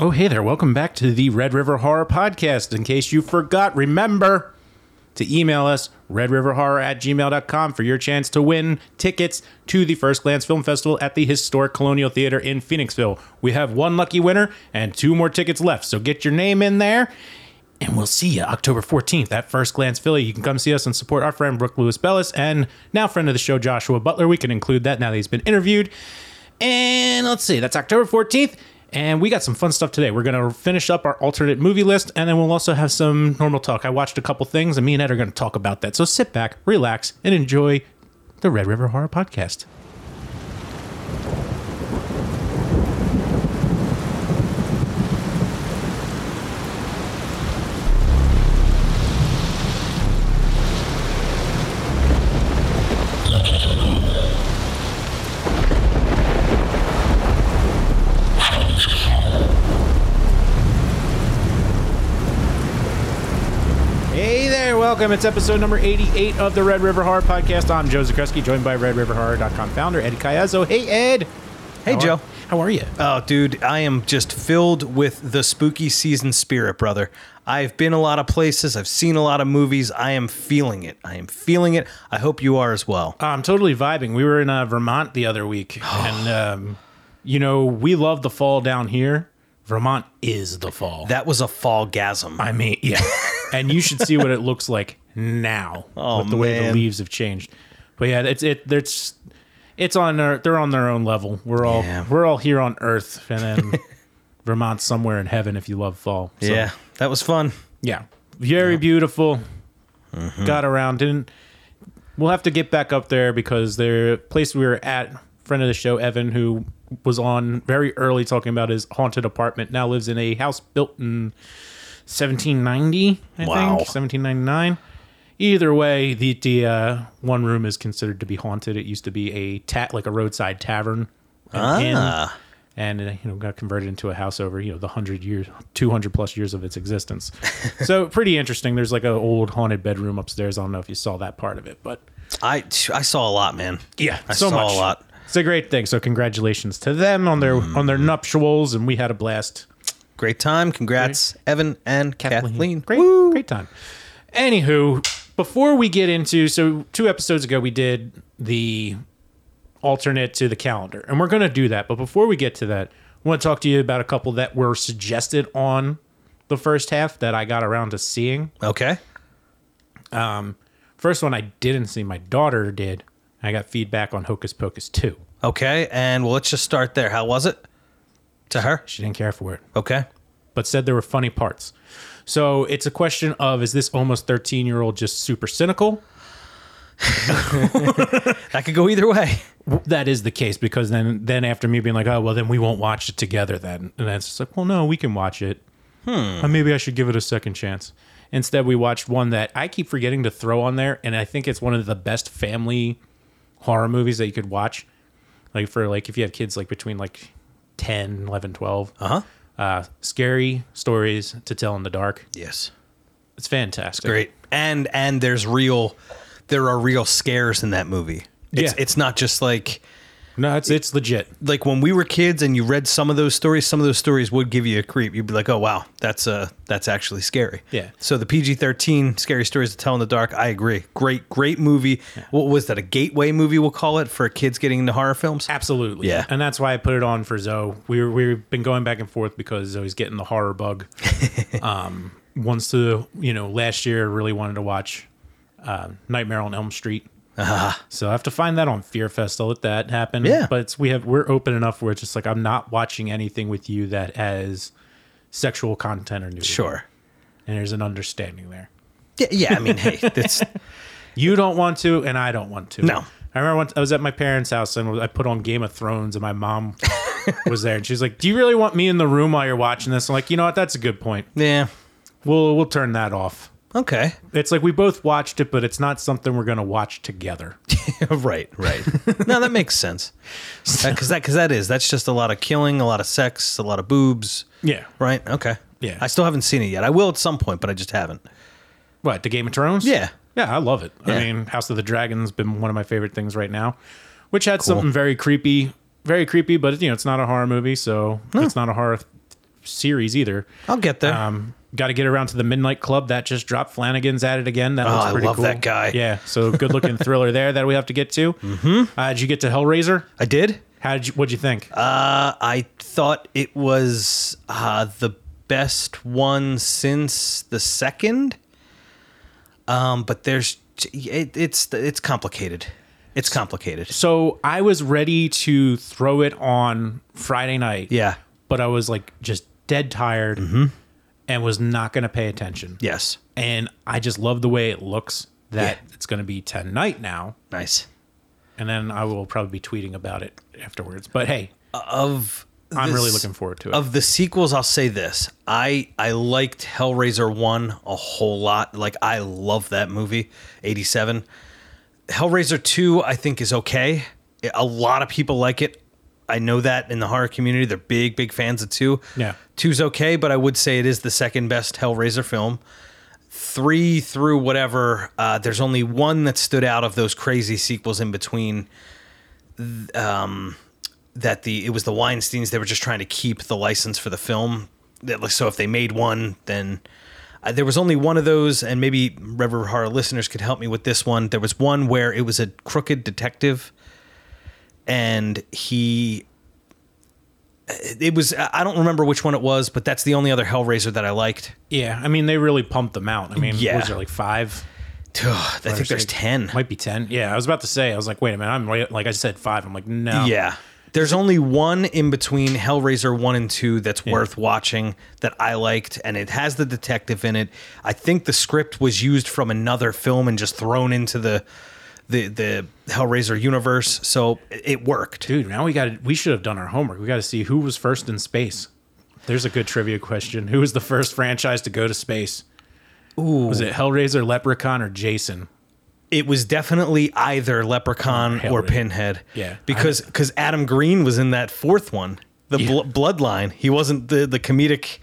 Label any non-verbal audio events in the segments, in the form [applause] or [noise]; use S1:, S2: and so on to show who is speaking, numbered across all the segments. S1: Oh, hey there. Welcome back to the Red River Horror Podcast. In case you forgot, remember to email us, redriverhorror at gmail.com, for your chance to win tickets to the First Glance Film Festival at the Historic Colonial Theater in Phoenixville. We have one lucky winner and two more tickets left, so get your name in there. And we'll see you October 14th at First Glance Philly. You can come see us and support our friend Brooke Lewis Bellis and now friend of the show, Joshua Butler. We can include that now that he's been interviewed. And let's see, that's October 14th. And we got some fun stuff today. We're going to finish up our alternate movie list, and then we'll also have some normal talk. I watched a couple things, and me and Ed are going to talk about that. So sit back, relax, and enjoy the Red River Horror Podcast. Hey there, welcome. It's episode number 88 of the Red River Horror Podcast. I'm Joe Zakreski, joined by RedRiverHorror.com founder Ed Caiazzo. Hey, Ed.
S2: Hey,
S1: How are-
S2: Joe.
S1: how are you?
S2: Oh, dude, I am just filled with the spooky season spirit, brother. I've been a lot of places. I've seen a lot of movies. I am feeling it. I am feeling it. I hope you are as well.
S1: I'm totally vibing. We were in uh, Vermont the other
S2: [sighs]
S1: week, and um, you know we love the fall down here. Vermont is the fall.
S2: That was a fall gasm.
S1: I mean,
S2: [laughs]
S1: yeah. and you should see what it looks like now
S2: Oh,
S1: with the way the
S2: man.
S1: leaves have changed. But yeah, it's it. It's it's on their they're on their own level. We're all
S2: Yeah.
S1: we're all here on Earth, and
S2: [laughs]
S1: then Vermont's somewhere in heaven if you love fall. So,
S2: yeah, that was fun.
S1: yeah, very beautiful.
S2: Mm-hmm.
S1: Got around. Didn't. We'll have to get back up there because the place we were at, friend of the show Evan, who was on very early talking about his haunted apartment, now lives in a house built in 1790. I
S2: Wow.
S1: think 1799. Either way, the the uh, one room is considered to be haunted. It used to be a tat like a roadside tavern, an inn,
S2: Ah.
S1: and it, you know got converted into a house over you know the hundred years, two hundred plus years of its
S2: [laughs]
S1: existence. so pretty interesting. There's like an old haunted bedroom upstairs. I don't know if you saw that part of it, but
S2: I I saw a lot, man.
S1: yeah,
S2: I
S1: so
S2: saw
S1: much.
S2: a lot. Mm-hmm.
S1: It's a great thing. So congratulations to them on their on their nuptials, and we had a blast.
S2: Great time. Congrats, Evan and Kathleen.
S1: Great, great time. Anywho, before we get into so two episodes ago we did the alternate to the calendar, and we're going to do that. But before we get to that, I want to talk to you about a couple that were suggested on the first half that I got around to seeing.
S2: Okay.
S1: First one I didn't see, my daughter did. I got feedback on Hocus Pocus two.
S2: Okay. And well, let's just start there. How was it? To her.
S1: She didn't care for it.
S2: Okay.
S1: but said there were funny parts. So it's a question of is this almost 13 year old just super cynical?
S2: That could go either way.
S1: That is the case because then then after me being like, oh well, then we won't watch it together then, and that's just like, well, no, we can watch it. Hmm. maybe I should give it a second chance. Instead, we watched one that I keep forgetting to throw on there, and I think it's one of the best family horror movies that you could watch. Like for like if you have kids like between like 10, 11, 12.
S2: Uh huh.
S1: Uh, scary stories to tell in the dark.
S2: Yes.
S1: It's fantastic.
S2: great and and there's real there are real scares in that movie
S1: Yeah.
S2: it's, it's not just like
S1: No, it's it's legit.
S2: like when we were kids and you read some of those stories some of those stories would give you a creep you'd be like oh wow that's uh that's actually scary
S1: Yeah.
S2: so the pg-13 scary stories to tell in the dark i agree great great movie what was that a gateway movie we'll call it for kids getting into horror films
S1: Absolutely.
S2: Yeah.
S1: And that's why I put it on for Zoe. We were, we've been going back and forth because Zoe's getting the horror
S2: [laughs]
S1: bug. um, once the, you know, last year really wanted to watch um, Nightmare on Elm Street. So I have to find that on Fear Fest. I'll let that happen.
S2: Uh-huh. Yeah.
S1: But it's, we have, we're open enough where it's just like, I'm not watching anything with you that has sexual content or nudity.
S2: sure
S1: And there's an understanding there.
S2: yeah, yeah i
S1: [laughs]
S2: mean hey that's
S1: You don't want to, and I don't want to.
S2: No.
S1: I remember once I was at my parents' house and I put on Game of Thrones, and my
S2: [laughs]
S1: mom was there, and she's like, "Do you really want me in the room while you're watching this?" I'm like, "You know what? That's a good point.
S2: yeah
S1: We'll we'll turn that off."
S2: okay
S1: It's like we both watched it, but it's not something we're gonna watch
S2: [laughs]
S1: together.
S2: right, right. no, that
S1: [laughs]
S2: makes sense. Because that, because that is that's just a lot of killing, a lot of sex, a lot of boobs.
S1: Yeah.
S2: Right. Okay.
S1: Yeah.
S2: I still haven't seen it yet. I will at some point, but I just haven't.
S1: What the Game of Thrones?
S2: Yeah.
S1: yeah, I love it. I
S2: Yeah.
S1: mean, House of the Dragon's been one of my favorite things right now, which had something very creepy, very creepy, but you know, it's not a horror movie, so it's not a horror series either.
S2: I'll get there.
S1: Um, Got to get around to the Midnight Club that just dropped. Flanagan's at it again. That looks
S2: Oh, I
S1: pretty
S2: love
S1: cool.
S2: that guy.
S1: Yeah, so good
S2: [laughs]
S1: looking thriller there that we have to get to. Mm-hmm. Uh, did you get to Hellraiser?
S2: I did.
S1: How did you, what'd you think?
S2: Uh, I thought it was uh, the best one since the second. Um, but there's it, it's it's complicated. It's complicated.
S1: so I was ready to throw it on Friday night.
S2: Yeah. Mm-hmm.
S1: but I was like just dead tired and was not going to pay attention.
S2: Yes.
S1: And I just love the way it looks that
S2: Yeah.
S1: it's going to be tonight now.
S2: Nice.
S1: And then I will probably be tweeting about it afterwards. But hey,
S2: Of
S1: I'm really
S2: this-
S1: looking forward to it.
S2: Of the sequels, I'll say this: I I liked Hellraiser one a whole lot. Like I love that movie, eighty seven. Hellraiser two, I think is okay. A lot of people like it. I know that in the horror community, they're big big fans of two.
S1: Yeah.
S2: two's okay, but I would say it is the second best Hellraiser film. Three through whatever, uh, there's only one that stood out of those crazy sequels in between that the it was the Weinstein's they were just trying to keep the license for the film. That like so if they made one, then uh, there was only one of those, and maybe Reverend Horror listeners could help me with this one. There was one where it was a crooked detective, and he. uh, It was I don't remember which one it was, but that's the only other Hellraiser that I liked.
S1: yeah, I mean, they really pumped them out. I mean,
S2: Yeah.
S1: was there like five?
S2: I think there's ten.
S1: Might be 10. Yeah, I was about to say, I was like, wait a minute, I'm right. Like I said, five. I'm like, no.
S2: Yeah. There's only one in between Hellraiser 1 and 2 that's worth watching that I liked, and it has the detective in it. I think the script was used from another film and just thrown into the the, the Hellraiser universe, so it- it worked.
S1: Dude, now we got to, we should have done our homework. We got to see who was first in space. There's a good trivia question. Who was the first franchise to go to space? Ooh. Was it Hellraiser, Leprechaun, or Jason?
S2: It was definitely either Leprechaun
S1: Hellraiser.
S2: or Pinhead.
S1: Oh, Yeah.
S2: Because cause Adam Green was in that fourth one, the
S1: Yeah.
S2: bl- Bloodline. He wasn't the, the comedic,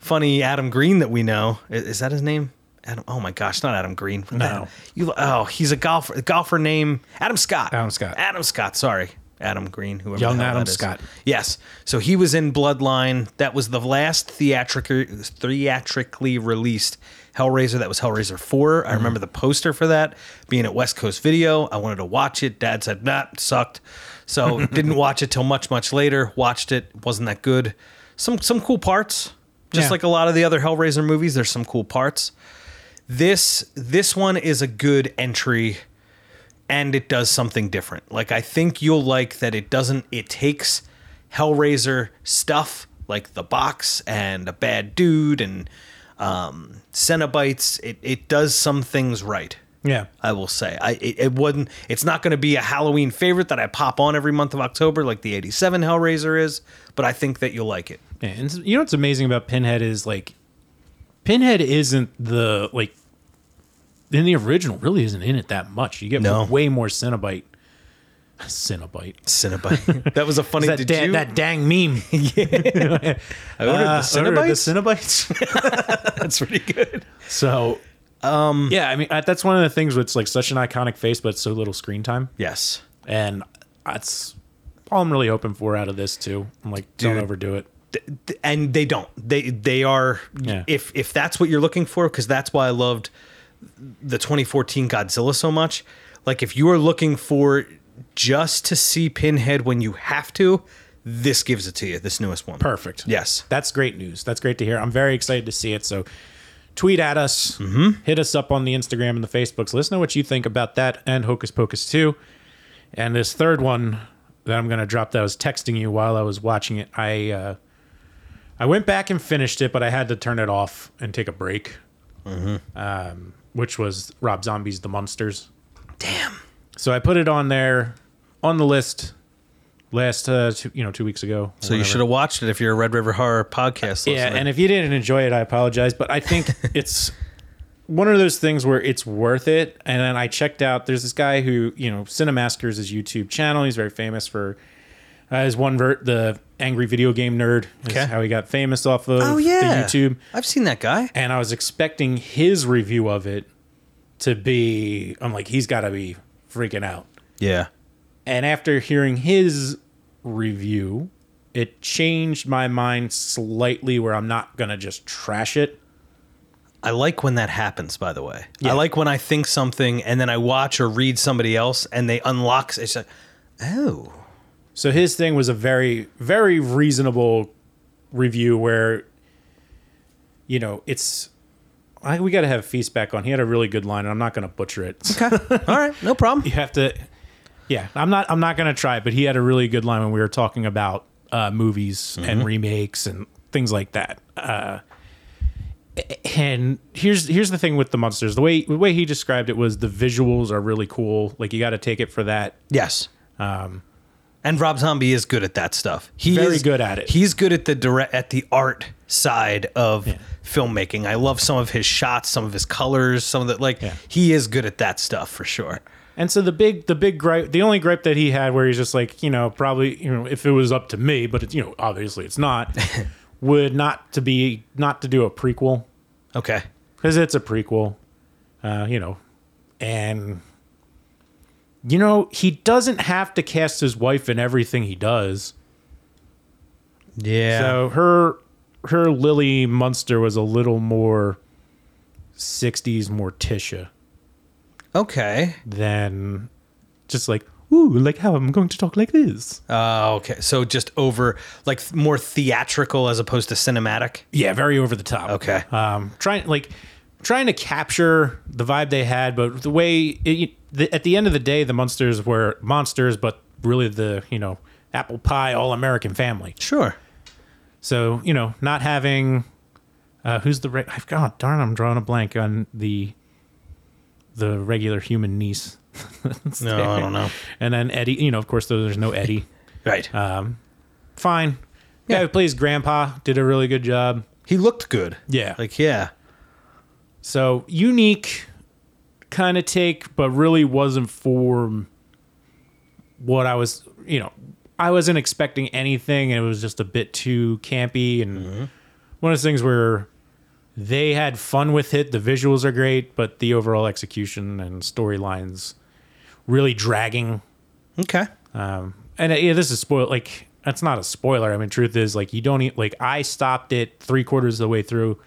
S2: funny Adam Green that we know. I- Is, that his name? Adam, oh my gosh, not Adam Green. What the-
S1: No.
S2: You, oh, he's a golfer. Golfer name Adam Scott.
S1: Adam Scott.
S2: Adam Scott. Sorry, Adam Green. Whoever. the
S1: Young
S2: hell
S1: Adam
S2: that is.
S1: Scott.
S2: Yes. So he was in Bloodline. That was the last theatric theatrically released Hellraiser. That was Hellraiser Four. I remember the poster for that being at West Coast Video. I wanted to watch it. Dad said, "Nah, it sucked." So didn't watch it till much much later. Watched it. Wasn't that good. Some some cool parts. Just
S1: Yeah.
S2: like a lot of the other Hellraiser movies, there's some cool parts this this one is a good entry and it does something different like i think you'll like that it doesn't it takes hellraiser stuff like the box and a bad dude and um cenobites it, it does some things right
S1: Yeah.
S2: i will say i it, it wouldn't it's not going to be a halloween favorite that i pop on every month of october like the 87 hellraiser is but i think that you'll like it
S1: Yeah, and you know what's amazing about Pinhead is like, Pinhead isn't the like, in the original really isn't in it that much. You get
S2: No.
S1: way more Cenobite. Cenobite. [laughs]
S2: Cenobite. that was a funny.
S1: That,
S2: did
S1: da-
S2: you?
S1: that dang meme.
S2: I ordered
S1: Uh,
S2: the
S1: ordered the
S2: Cenobites. [laughs]
S1: Cenobites.
S2: [laughs] That's
S1: [laughs]
S2: pretty good.
S1: so, um, yeah, I mean I- that's one of the things where it's like such an iconic face, but so little screen time,
S2: Yes.
S1: and that's all I'm really hoping for out of this too. I'm like, don't
S2: Dude.
S1: overdo it.
S2: Th- and they don't they they are
S1: Yeah.
S2: if if that's what you're looking for because that's why i loved the 2014 godzilla so much like if you are looking for just to see pinhead when you have to this gives it to you this newest one
S1: Perfect.
S2: yes
S1: That's great news. That's great to hear. I'm very excited to see it. So tweet at us,
S2: Mm-hmm.
S1: hit us up on the Instagram and the Facebooks. Let us know what you think about that and Hocus Pocus 2. And this third one that I'm going to drop that I was texting you while I was watching it. I uh, I went back and finished it, but I had to turn it off and take a break,
S2: Mm-hmm.
S1: um, which was Rob Zombie's The Monsters.
S2: damn
S1: So I put it on there on the list last uh, two, you know two weeks ago.
S2: so you should have watched it if you're a red river horror podcast listener.
S1: Yeah, and if you didn't enjoy it, I apologize. But I
S2: [laughs]
S1: think it's one of those things where it's worth it. And then I checked out. There's this guy who you know, Cinemaskers his YouTube channel. He's very famous for uh, his one vert, the angry video game nerd. is
S2: Okay.
S1: how he got famous off of
S2: oh yeah
S1: the YouTube.
S2: i've seen that guy
S1: And I was expecting his review of it to be. I'm like, he's got to be freaking out.
S2: yeah
S1: And after hearing his review, it changed my mind slightly where I'm not gonna just trash it.
S2: I like when that happens, by the way.
S1: Yeah.
S2: I like when I think something and then I watch or read somebody else and they unlock. It's like, oh, [laughs]
S1: So his thing was a very, very reasonable review where, you know, it's. I, we got to have Feast back on. He had a really good line, and I'm not going to butcher it. [laughs]
S2: okay. All right. No problem.
S1: You have to. Yeah, I'm not. I'm not going to try it. But he had a really good line when we were talking about uh, movies and remakes and things like that. Uh, and here's here's the thing with the monsters. The way the way he described it was the visuals are really cool. Like you got to take it for that.
S2: Yes. Um, and Rob Zombie is good at that stuff. He
S1: Very
S2: is-
S1: good at it.
S2: He's good at the direct at the art side of filmmaking. I love some of his shots, some of his colors, some of the like.
S1: Yeah.
S2: He is good at that stuff for sure.
S1: And so the big, the big gripe, the only gripe that he had, where he's just like, you know, probably, you know, if it was up to me, but it's, you know, obviously it's not, would not to be, not to do a prequel
S2: Okay.
S1: because it's a prequel, uh, you know, and you know he doesn't have to cast his wife in everything he does.
S2: Yeah.
S1: So her, her Lily Munster was a little more '60s Morticia.
S2: okay.
S1: than just like, ooh, like how I'm going to talk like this.
S2: Uh, okay. So just over like th- more theatrical as opposed to cinematic.
S1: Yeah, very over the top.
S2: Okay.
S1: Um, trying like trying to capture the vibe they had, but the way it, the, at the end of the day, the monsters were monsters, but really the you know apple pie all American family.
S2: Sure.
S1: So you know, not having uh, who's the re- I've got darn, I'm drawing a blank on the the regular human niece. [laughs]
S2: No, I don't know.
S1: And then Eddie, you know, of course, there's no
S2: [laughs]
S1: Eddie.
S2: Right.
S1: Uh, fine. Yeah,
S2: Yeah.
S1: who plays grandpa did a really good job.
S2: he looked good.
S1: Yeah.
S2: Like yeah.
S1: so unique kind of take, but really wasn't for what I was, you know, I wasn't expecting anything and it was just a bit too campy and one of those things where they had fun with it, the visuals are great, but the overall execution and storylines really dragging
S2: Okay.
S1: Um, and uh, yeah, this is spoil. Like that's not a spoiler. I mean, truth is, like you don't e like I stopped it three quarters of the way through.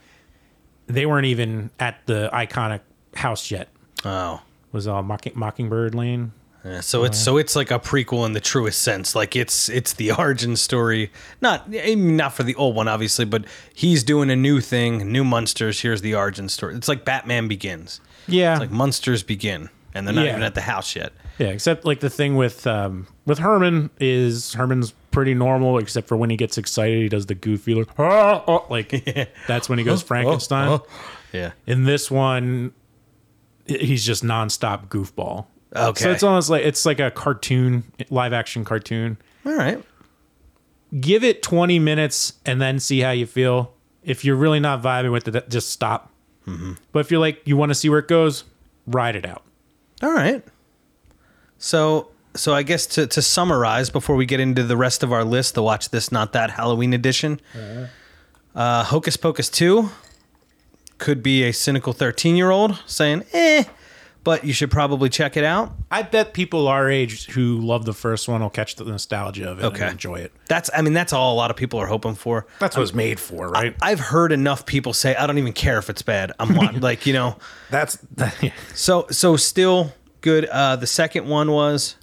S1: They weren't even at the iconic house yet.
S2: Oh.
S1: Was uh, Mocking- Mockingbird Lane?
S2: Yeah, so it's so it's like a prequel in the truest sense. Like it's it's the [laughs] origin story. Not I mean, not for the old one, obviously, but he's doing a new thing, new monsters. Here's the origin story. It's like Batman Begins.
S1: Yeah,
S2: Like monsters begin, and they're not
S1: Yeah.
S2: even at the house yet.
S1: yeah. Except like the thing with um, with Herman is Herman's pretty normal, except for when he gets excited, he does the goofy look. [laughs] "Ah, ah," like that's when he goes Frankenstein.
S2: Oh, Yeah.
S1: In this one, i- he's just nonstop goofball.
S2: Okay.
S1: So it's almost like it's like a cartoon, live action cartoon.
S2: All right.
S1: Give it 20 minutes and then see how you feel. If you're really not vibing with it, just stop.
S2: Mm-hmm.
S1: But if you're like you want to see where it goes, ride it out.
S2: All right. So so I guess to, to summarize before we get into the rest of our list, the watch this not that Halloween edition. Uh, Hocus Pocus 2 could be a cynical 13 year old saying, eh, but you should probably check it out.
S1: I bet people our age who love the first one will catch the nostalgia of it
S2: Okay.
S1: and enjoy it.
S2: That's I mean, that's all a lot of people are hoping for.
S1: That's what it's made for, right?
S2: I've heard enough people say, I don't even care if it's bad. I'm wa-" like, you know.
S1: That's [laughs]
S2: So so still good. Uh, the second one was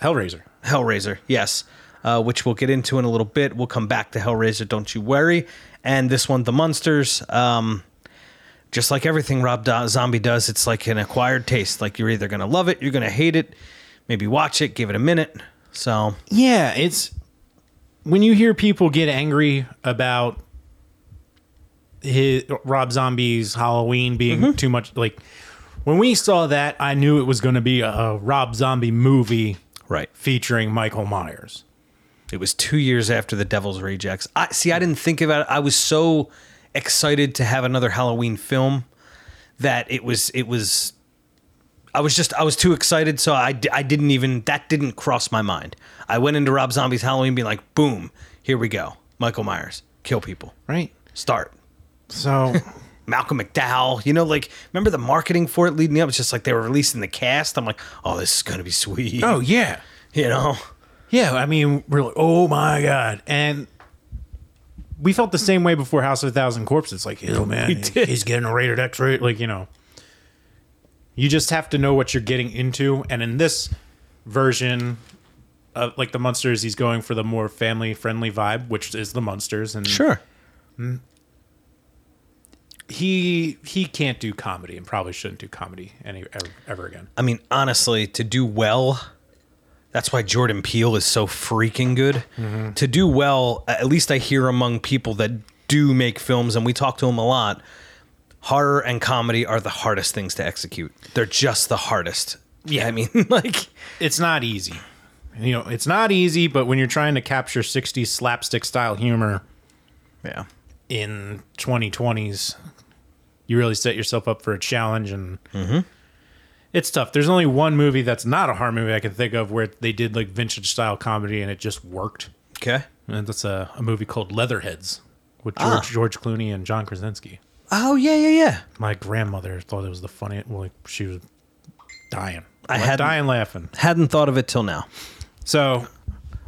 S1: Hellraiser.
S2: Hellraiser, yes, uh, which we'll get into in a little bit. We'll come back to Hellraiser, don't you worry. And this one, The Monsters. Um, just like everything Rob Do- Zombie does, it's like an acquired taste. Like you're either going to love it, you're going to hate it, maybe watch it, give it a minute. So,
S1: Yeah, it's when you hear people get angry about his, Rob Zombie's Halloween being too much. Like when we saw that, I knew it was going to be a, a Rob Zombie movie
S2: right.
S1: featuring Michael Myers.
S2: It was two years after The Devil's Rejects. I see. I didn't think about it. I was so excited to have another Halloween film that it was. It was. I was just. I was too excited, so I. d- I didn't even. That didn't cross my mind. I went into Rob Zombie's Halloween, being like, "Boom, here we go. Michael Myers, kill people.
S1: Right.
S2: Start."
S1: So
S2: Malcolm McDowell, you know, like remember the marketing for it leading up? It's just like they were releasing the cast. I'm like, oh, this is gonna be sweet.
S1: yeah,
S2: [laughs] you know,
S1: Yeah, I mean, we're like, oh my god, and we felt the same way before House of a Thousand Corpses. Like, oh man,
S2: We
S1: he-
S2: did.
S1: he's getting a rated X rate. Like, you know, you just have to know what you're getting into. And in this version, of like the Munsters, he's going for the more family friendly vibe, which is the Munsters, and
S2: Sure.
S1: he he can't do comedy and probably shouldn't do comedy any ever, ever again.
S2: I mean, honestly, to do well, that's why Jordan Peele is so freaking good. To do well, at least I hear among people that do make films, and we talk to them a lot. Horror and comedy are the hardest things to execute. They're just the hardest. Yeah, I mean, [laughs] like,
S1: it's not easy. You know, it's not easy, but when you're trying to capture 60s slapstick style humor
S2: yeah,
S1: in 2020s, you really set yourself up for a challenge and it's tough. There's only one movie that's not a horror movie I can think of where they did like vintage style comedy and it just worked.
S2: okay.
S1: And that's a, a movie called Leatherheads with George,
S2: Ah.
S1: George Clooney and John Krasinski.
S2: Oh yeah, yeah, yeah.
S1: My grandmother thought it was the funniest. Well, like, she was dying.
S2: I
S1: Like,
S2: hadn't-
S1: dying laughing.
S2: Hadn't thought of it till now.
S1: So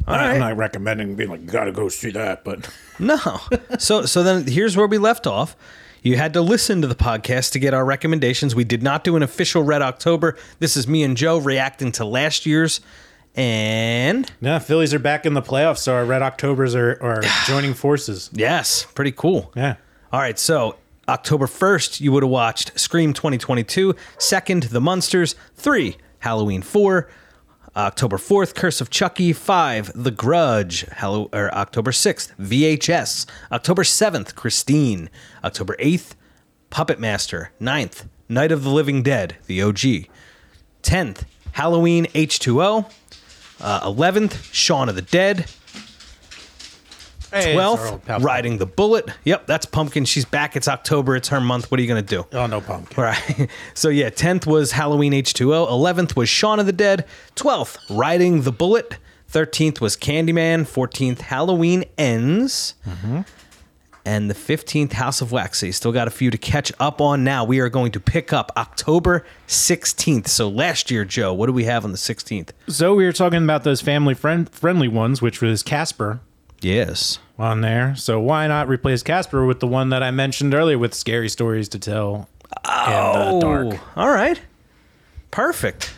S1: I-
S2: right.
S1: I'm not recommending being like, you gotta go see that, but
S2: No. so so then here's where we left off. You had to listen to the podcast to get our recommendations. We did not do an official Red October. This is me and Joe reacting to last year's and
S1: no, Phillies are back in the playoffs, so our Red Octobers are, [sighs] are joining forces.
S2: yes, pretty cool.
S1: Yeah.
S2: All right, so October 1st, you would have watched Scream 2022, 2nd, The Munsters, 3, Halloween 4, October 4th, Curse of Chucky, 5, The Grudge, Hello, or October 6th, VHS, October 7th, Christine, October 8th, Puppet Master, 9th, Night of the Living Dead, the OG, 10th, Halloween H2O, uh, 11th, Shaun of the Dead,
S1: Hey, it's our old
S2: 12th,
S1: pal.
S2: Riding the Bullet. Yep, that's Pumpkin. She's back. It's October. It's her month. What are you going to do? [laughs]
S1: Oh, no pumpkin.
S2: All right. So, yeah, 10th was Halloween H2O. 11th was Shaun of the Dead. 12th, Riding the Bullet. 13th was Candyman. 14th, Halloween Ends.
S1: Mm-hmm.
S2: And the 15th, House of Wax. So, you still got a few to catch up on now. We are going to pick up October 16th. So, last year, Joe, what do we have on the 16th?
S1: So we were talking about those family friend friendly ones, which was Casper
S2: Yes.
S1: on there. So why not replace Casper with the one that I mentioned earlier with scary stories to tell in the dark?
S2: Oh, All right. Perfect.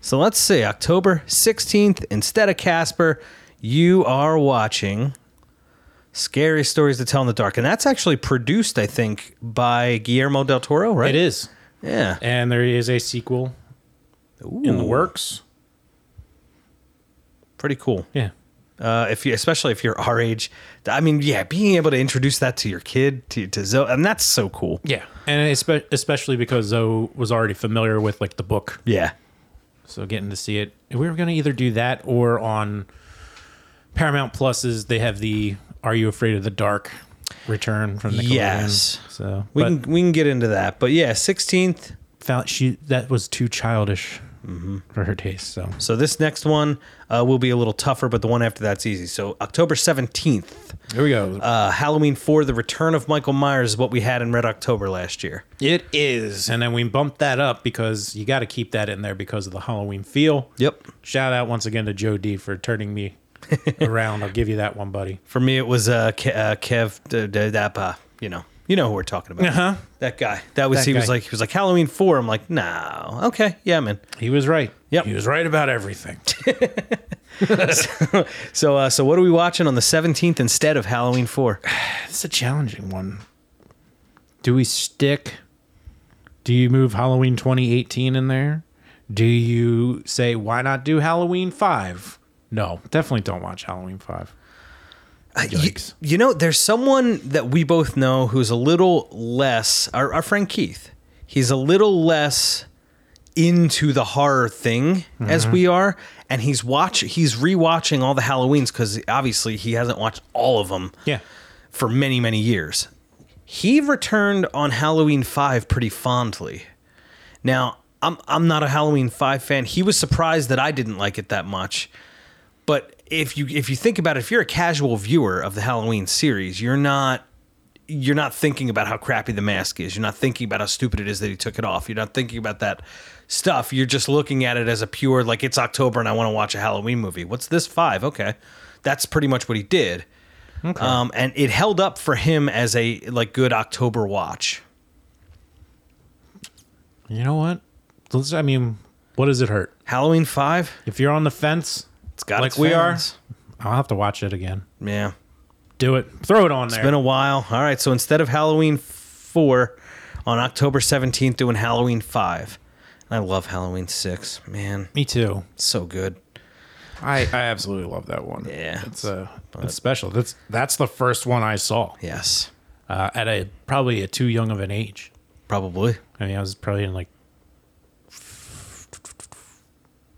S2: So let's see. October 16th, instead of Casper, you are watching Scary Stories to Tell in the Dark. And that's actually produced, I think, by Guillermo del Toro, right?
S1: It is.
S2: Yeah.
S1: And there is a sequel in the
S2: Ooh,
S1: works.
S2: Pretty cool.
S1: Yeah.
S2: Uh, if you, especially if you're our age, I mean, yeah, being able to introduce that to your kid, to to Zoe, and that's so cool.
S1: Yeah. And espe- especially because Zoe was already familiar with like the book
S2: Yeah,
S1: So getting to see it. We were going to either do that or on Paramount Pluses, they have the Are You Afraid of the Dark return from Nickelodeon.
S2: Yes.
S1: So
S2: we
S1: we
S2: can we can get into that, but yeah, 16th,
S1: found she that was too childish
S2: Mm-hmm.
S1: for her taste. So
S2: So this next one uh, will be a little tougher, but the one after that's easy. So October seventeenth,
S1: here we go.
S2: uh, Halloween four: The Return of Michael Myers is what we had in Red October last year.
S1: it is, and then we bumped that up because you got to keep that in there because of the Halloween feel.
S2: Yep.
S1: Shout out once again to Joe D for turning
S2: [laughs]
S1: me around. I'll give you that one, buddy.
S2: For me, it was uh, Ke- uh, Kev uh, d- that uh, you know you know who we're talking about.
S1: Uh-huh.
S2: That guy. That was
S1: That
S2: he was
S1: guy.
S2: like he was like Halloween four. I'm like no, okay, yeah, man.
S1: He was right.
S2: Yep.
S1: He was right about everything.
S2: So uh, so what are we watching on the seventeenth instead of Halloween four?
S1: It's a challenging one. Do we stick? Do you move Halloween 2018 in there? Do you say why not do Halloween 5? No, definitely don't watch Halloween 5.
S2: You-
S1: Yikes.
S2: Uh, You, know, there's someone that we both know who's a little less, our, our friend Keith. He's a little less into the horror thing as we are and he's watch he's rewatching all the Halloweens cuz obviously he hasn't watched all of them
S1: Yeah.
S2: for many many years. He returned on Halloween 5 pretty fondly. Now, I'm I'm not a Halloween 5 fan. He was surprised that I didn't like it that much. But if you if you think about it, if you're a casual viewer of the Halloween series, you're not you're not thinking about how crappy the mask is. You're not thinking about how stupid it is that he took it off. You're not thinking about that stuff. You're just looking at it as a pure like it's October and I want to watch a Halloween movie. What's this five? Okay, that's pretty much what he did. Um, and it held up for him as a like good October watch.
S1: You know what? Let's- I mean, what does it hurt?
S2: Halloween five,
S1: If you're on the fence,
S2: it's got
S1: Like
S2: its
S1: we
S2: fans.
S1: I'll have to watch it again.
S2: Yeah,
S1: Do it. Throw it on there.
S2: it's been a while. All right, so instead of Halloween four on October seventeenth, doing Halloween five. And I love Halloween six, man,
S1: Me too.
S2: it's so good.
S1: I, I absolutely love that one.
S2: Yeah.
S1: it's uh, it's special. That's that's the first one I saw
S2: Yes,
S1: uh, at a probably a too young of an age.
S2: probably.
S1: I mean, I was probably in like.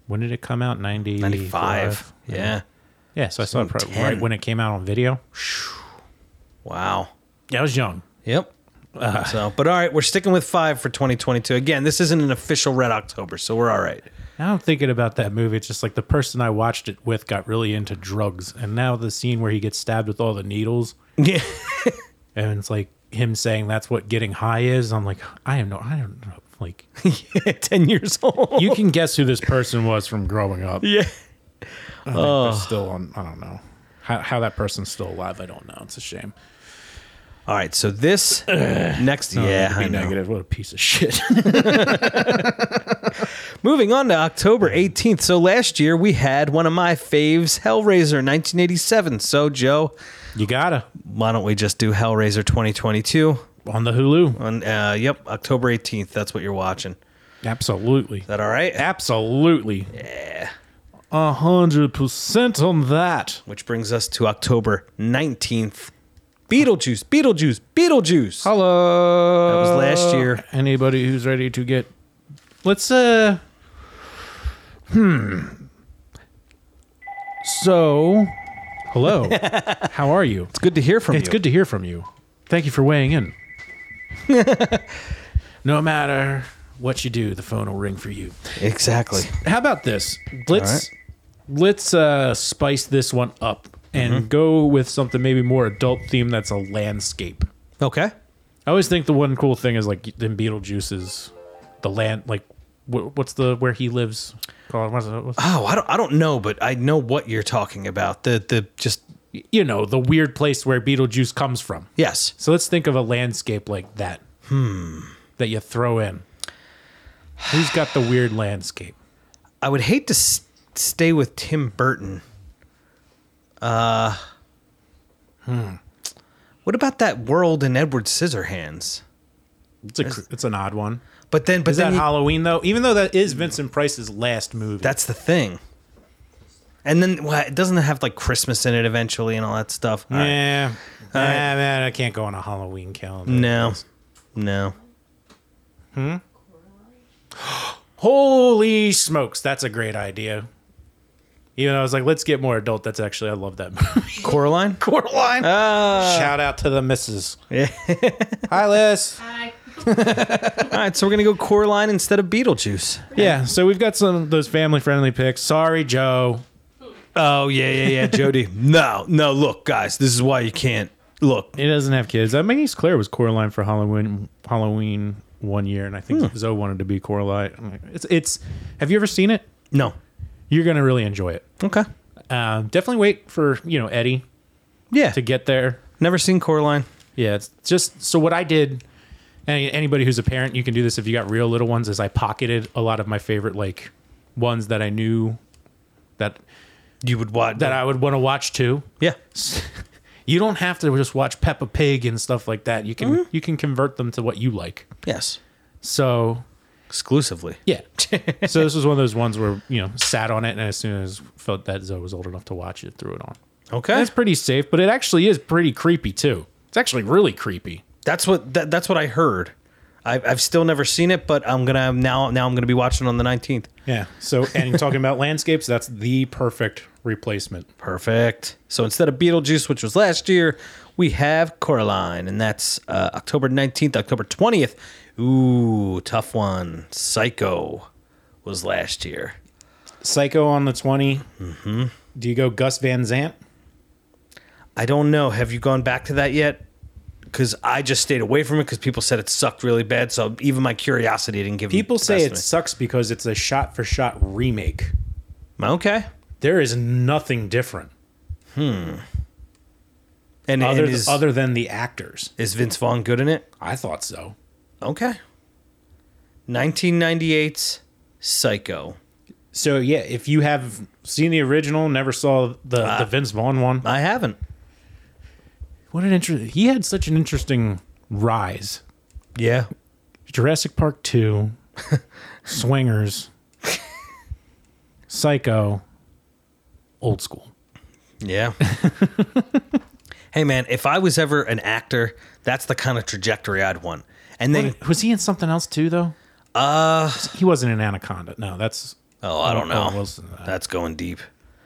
S1: When did it come out? 95.
S2: 95. Yeah.
S1: Yeah, so I saw it pro-
S2: 10.
S1: right when it came out on video.
S2: Wow.
S1: Yeah, I was young.
S2: Yep. so, but all right, we're sticking with five for 2022. Again, this isn't an official Red October, so we're all right. [laughs]
S1: Now I'm thinking about that movie. It's just like the person I watched it with got really into drugs. And now the scene where he gets stabbed with all the needles
S2: Yeah.
S1: and it's like him saying that's what getting high is. I'm like, I am no, I don't know. Like,
S2: 10 years old. [laughs]
S1: you can guess who this person was from growing up.
S2: yeah.
S1: Oh. still on, I don't know. How, how that person's still alive, I don't know. It's a shame.
S2: All right, so [coughs] this next, yeah,
S1: To be
S2: I know.
S1: negative. What a piece of shit.
S2: Moving on to October 18th. So last year we had one of my faves, Hellraiser 1987. So, Joe,
S1: you gotta
S2: why don't we just do Hellraiser 2022?
S1: on the Hulu.
S2: On, uh, yep, October 18th. That's what you're watching. Is
S1: Absolutely.
S2: that all right?
S1: Absolutely. Yeah. A hundred percent on that.
S2: which brings us to October 19th. Beetlejuice, Beetlejuice, Beetlejuice.
S1: Hello.
S2: That was last year.
S1: Anybody who's ready to get, let's uh, hmm. So, [laughs] hello. How are you?
S2: It's good to hear from
S1: It's
S2: you.
S1: good to hear from you. Thank you for weighing in. [laughs] no matter what you do, the phone will ring for you.
S2: Exactly.
S1: How about this? Let's let's uh, spice this one up and
S2: Mm-hmm.
S1: go with something maybe more adult theme. That's a landscape.
S2: Okay.
S1: I always think the one cool thing is like in Beetlejuice is the land like wh- what's the where he lives called what's it, what's-
S2: Oh, I don't I don't know, but I know what you're talking about. The the just
S1: you know the weird place where Beetlejuice comes from.
S2: yes.
S1: So let's think of a landscape like that. Hmm. That you throw in. Who's got the weird landscape?
S2: I would hate to s- stay with Tim Burton. Uh Hmm. Hmm. What about that world in Edward Scissorhands?
S1: It's a cr- it's an odd one.
S2: But then but
S1: Is
S2: then
S1: that
S2: you-
S1: Halloween though? Even though that is Vincent Price's last movie.
S2: That's the thing. And then well, it doesn't have like Christmas in it eventually and all that stuff. All right.
S1: yeah. Nah, man, I can't go on a Halloween calendar.
S2: No. No.
S1: Holy smokes, that's a great idea. Even though I was like, let's get more adult. That's actually I love that [laughs] movie.
S2: Coraline?
S1: Coraline.
S2: Uh,
S1: Shout out to the missus. [laughs] Hi, Liz.
S2: all right, so we're going to go Coraline instead of Beetlejuice.
S1: Yeah, so we've got some of those family friendly picks. Sorry, Joe.
S2: Oh, yeah, yeah, yeah, [laughs] Jody. no, no, look, guys, this is why you can't. Look,
S1: He doesn't have kids. Uh, My niece Claire was Coraline for Halloween Halloween one year, and I think
S2: Hmm.
S1: Zoe wanted to be Coraline. I'm like, It's it's. Have you ever seen it?
S2: no.
S1: You're gonna really enjoy it.
S2: Okay.
S1: Um, definitely wait for you know Eddie
S2: Yeah.
S1: to get there.
S2: Never seen Coraline.
S1: Yeah, it's just so what I did. Any, anybody who's a parent, you can do this if you got real little ones. Is I pocketed a lot of my favorite like ones that I knew that
S2: You would watch
S1: that I would want to watch too.
S2: Yeah.
S1: You don't have to just watch Peppa Pig and stuff like that. You can you can convert them to what you like.
S2: Yes.
S1: So
S2: Exclusively.
S1: yeah, [laughs] so this was one of those ones where you know sat on it, and as soon as felt that Zoe was old enough to watch it, threw it on.
S2: Okay.
S1: That's pretty safe, but it actually is pretty creepy too. It's actually really creepy.
S2: That's what that, that's what I heard. I've, I've still never seen it, but I'm gonna now now I'm gonna be watching it on the 19th.
S1: Yeah. So, and talking about landscapes, that's the perfect replacement.
S2: Perfect. So instead of Beetlejuice, which was last year, we have Coraline, and that's uh, October 19th, October 20th. Ooh, tough one. Psycho was last year.
S1: Psycho on the 20. Mm-hmm. Do you go Gus Van Zant?
S2: I don't know. Have you gone back to that yet? because I just stayed away from it because people said it sucked really bad. So even my curiosity didn't give
S1: People
S2: them the
S1: say
S2: best
S1: it
S2: of me.
S1: sucks because it's a shot for shot remake.
S2: okay.
S1: There is nothing different
S2: And, and
S1: other,
S2: is,
S1: other than the actors.
S2: is Vince Vaughn good in it?
S1: I thought so.
S2: Okay. 1998's Psycho.
S1: So yeah, if you have seen the original, never saw the, the Vince Vaughn one.
S2: I haven't.
S1: What an interesting. He had such an interesting rise.
S2: Yeah.
S1: Jurassic Park 2, Swingers, Psycho, Old School.
S2: Yeah. [laughs] hey man, if I was ever an actor, that's the kind of trajectory I'd want. And then
S1: Was he in something else too, though? Uh, he wasn't in Anaconda. No, that's
S2: oh, I don't
S1: Oh,
S2: know.
S1: Wilson, uh,
S2: That's going deep.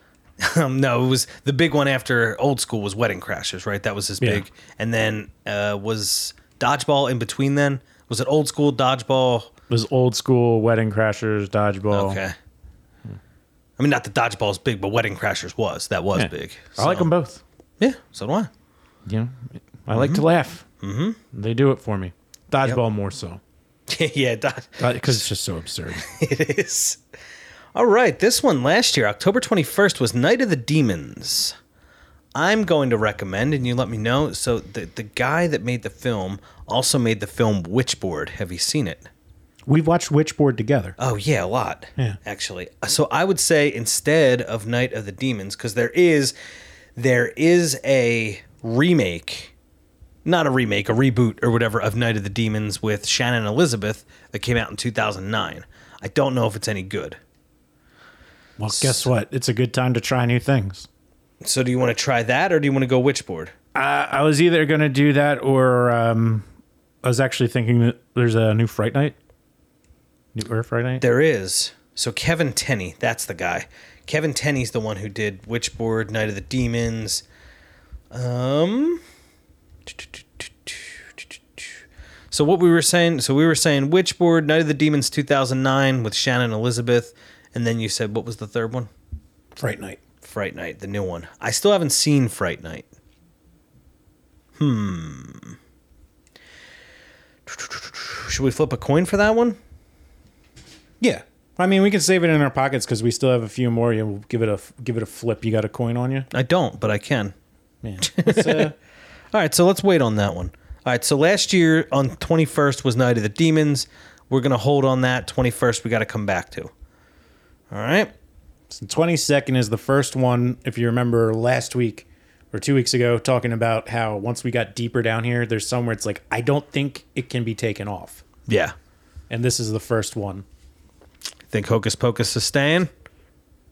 S2: [laughs] um, no, it was the big one after Old School was Wedding Crashers, right? That was his
S1: Yeah.
S2: big. And then uh, was Dodgeball in between then? Was it Old School Dodgeball?
S1: it was Old School, Wedding Crashers, Dodgeball.
S2: Okay. I mean, not that Dodgeball's big, but Wedding Crashers was. That was
S1: Yeah.
S2: big.
S1: I like
S2: So-
S1: them both.
S2: Yeah, so do I. [laughs]
S1: You know, I like to laugh. Mm-hmm. They do it for me. Dodgeball more so
S2: yeah, Dodge.
S1: because it's just so absurd.
S2: [laughs] it is. All right, this one last year, October 21st, was Night of the Demons. I'm going to recommend, and you let me know. So, the, the guy that made the film also made the film Witchboard. Have you seen it?
S1: We've watched Witchboard together.
S2: Oh, yeah, a lot,
S1: Yeah.
S2: actually. So, I would say instead of Night of the Demons, because there is, there is a remake, not a remake, a reboot or whatever, of Night of the Demons with Shannon Elizabeth that came out in 2009. I don't know if it's any good.
S1: Well, guess what? It's a good time to try new things.
S2: So do you want to try that or do you want to go Witchboard?
S1: I was either going to do that or um, I was actually thinking that there's a new Fright Night. New Earth Fright Night?
S2: There is. So Kevin Tenney, that's the guy. Kevin Tenney's the one who did Witchboard, Night of the Demons. Um So what we were saying, so we were saying Witchboard, Night of the Demons 2009 with Shannon Elizabeth, and then you said what was the third one?
S1: Fright Night.
S2: Fright Night, the new one. I still haven't seen Fright Night. Hmm. Should we flip a coin for that one?
S1: Yeah. I mean, we can save it in our pockets because we still have a few more. You give it a give it a flip. You got a coin on you.
S2: I don't, but I can.
S1: [laughs] Yeah. Let's, uh,
S2: All right, so let's wait on that one. All right, so last year on 21st was Night of the Demons. We're going to hold on that. 21st, we got to come back to. All right.
S1: Twenty second is the first one. If you remember last week or two weeks ago, talking about how once we got deeper down here, there's somewhere it's like I don't think it can be taken off,
S2: Yeah.
S1: and this is the first one
S2: Think Hocus Pocus is staying?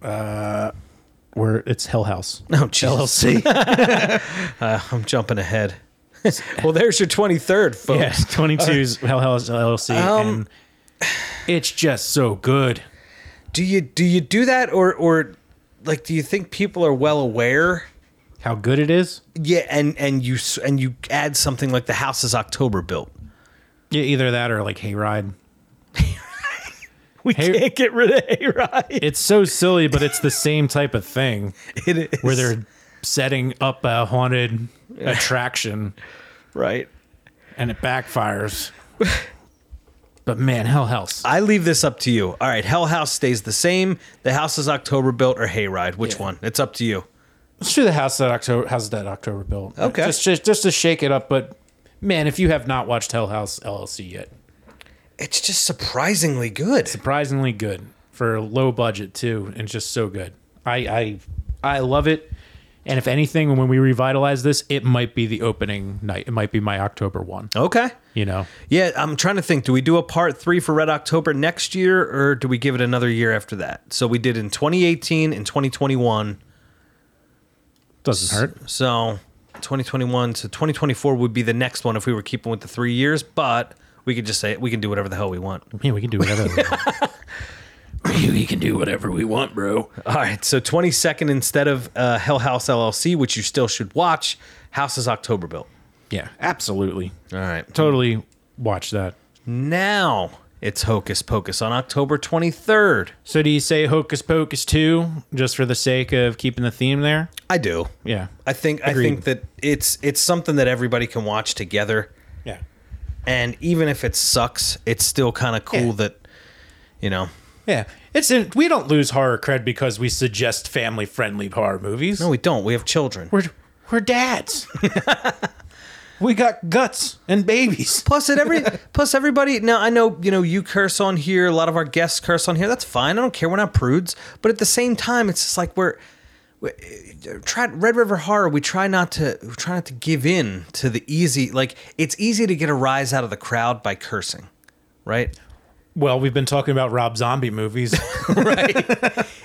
S1: where it's [laughs] Hell House
S2: [laughs] No, Jesus.
S1: LLC.
S2: I'm jumping ahead. [laughs] well, there's your
S1: [laughs]
S2: 23rd, folks.
S1: yes, twenty two's Hell House LLC,
S2: Um,
S1: and it's just so good.
S2: Do you do you do that or or like do you think people are well aware?
S1: How good it is.
S2: Yeah, and and you s- and you add something like the house is October built.
S1: Yeah, either that or like Hayride.
S2: We
S1: Hey- [laughs]
S2: can't get rid of Hayride.
S1: It's so silly, but [laughs] it's the same type of thing.
S2: It is
S1: where they're setting up a haunted attraction
S2: [laughs] right.
S1: and it [laughs] backfires. But man, Hell House.
S2: I leave this up to you. All right, Hell House stays the same. The house is October built or Hayride. Which one? It's up to you.
S1: Let's do the house that October house that October built.
S2: Okay.
S1: Just, just just to shake it up, but man, if you have not watched Hell House LLC yet,
S2: It's just surprisingly good.
S1: surprisingly good for low budget too, and just so good. I I I love it. And if anything, when we revitalize this, it might be the opening night. It might be my October one.
S2: Okay.
S1: You know.
S2: Yeah, I'm trying to think. Do we do a part three for Red October next year, or do we give it another year after that? So we did in 2018 and 2021.
S1: Doesn't hurt.
S2: So 2021 to 2024 would be the next one if we were keeping with the three years, but we could just say we can do whatever the hell we want.
S1: Yeah, we can do whatever. we [laughs] want. we can do whatever we want, bro.
S2: All right. So 22nd instead of uh, Hell House LLC, which you still should watch, House is October built.
S1: Yeah, absolutely.
S2: All right.
S1: Totally watch that.
S2: Now It's Hocus Pocus on October 23rd.
S1: So do you say Hocus Pocus 2 just for the sake of keeping the theme there?
S2: I do.
S1: Yeah.
S2: I think
S1: Agreed.
S2: I think that it's it's something that everybody can watch together,
S1: Yeah.
S2: and even if it sucks, it's still kind of cool
S1: Yeah.
S2: that you know.
S1: Yeah. It's in, we don't lose horror cred because we suggest family-friendly horror movies.
S2: No, we don't. We have children.
S1: we're we're
S2: [laughs]
S1: dads. we got guts and babies.
S2: Plus, it every plus everybody. Now I know you know you curse on here. A lot of our guests curse on here. That's fine. I don't care. We're not prudes. But at the same time, it's just like we're, we try Red River Horror. We try not to we try not to give in to the easy. Like it's easy to get a rise out of the crowd by cursing, right?
S1: Well, we've been talking about Rob Zombie
S2: [laughs]
S1: movies.
S2: right?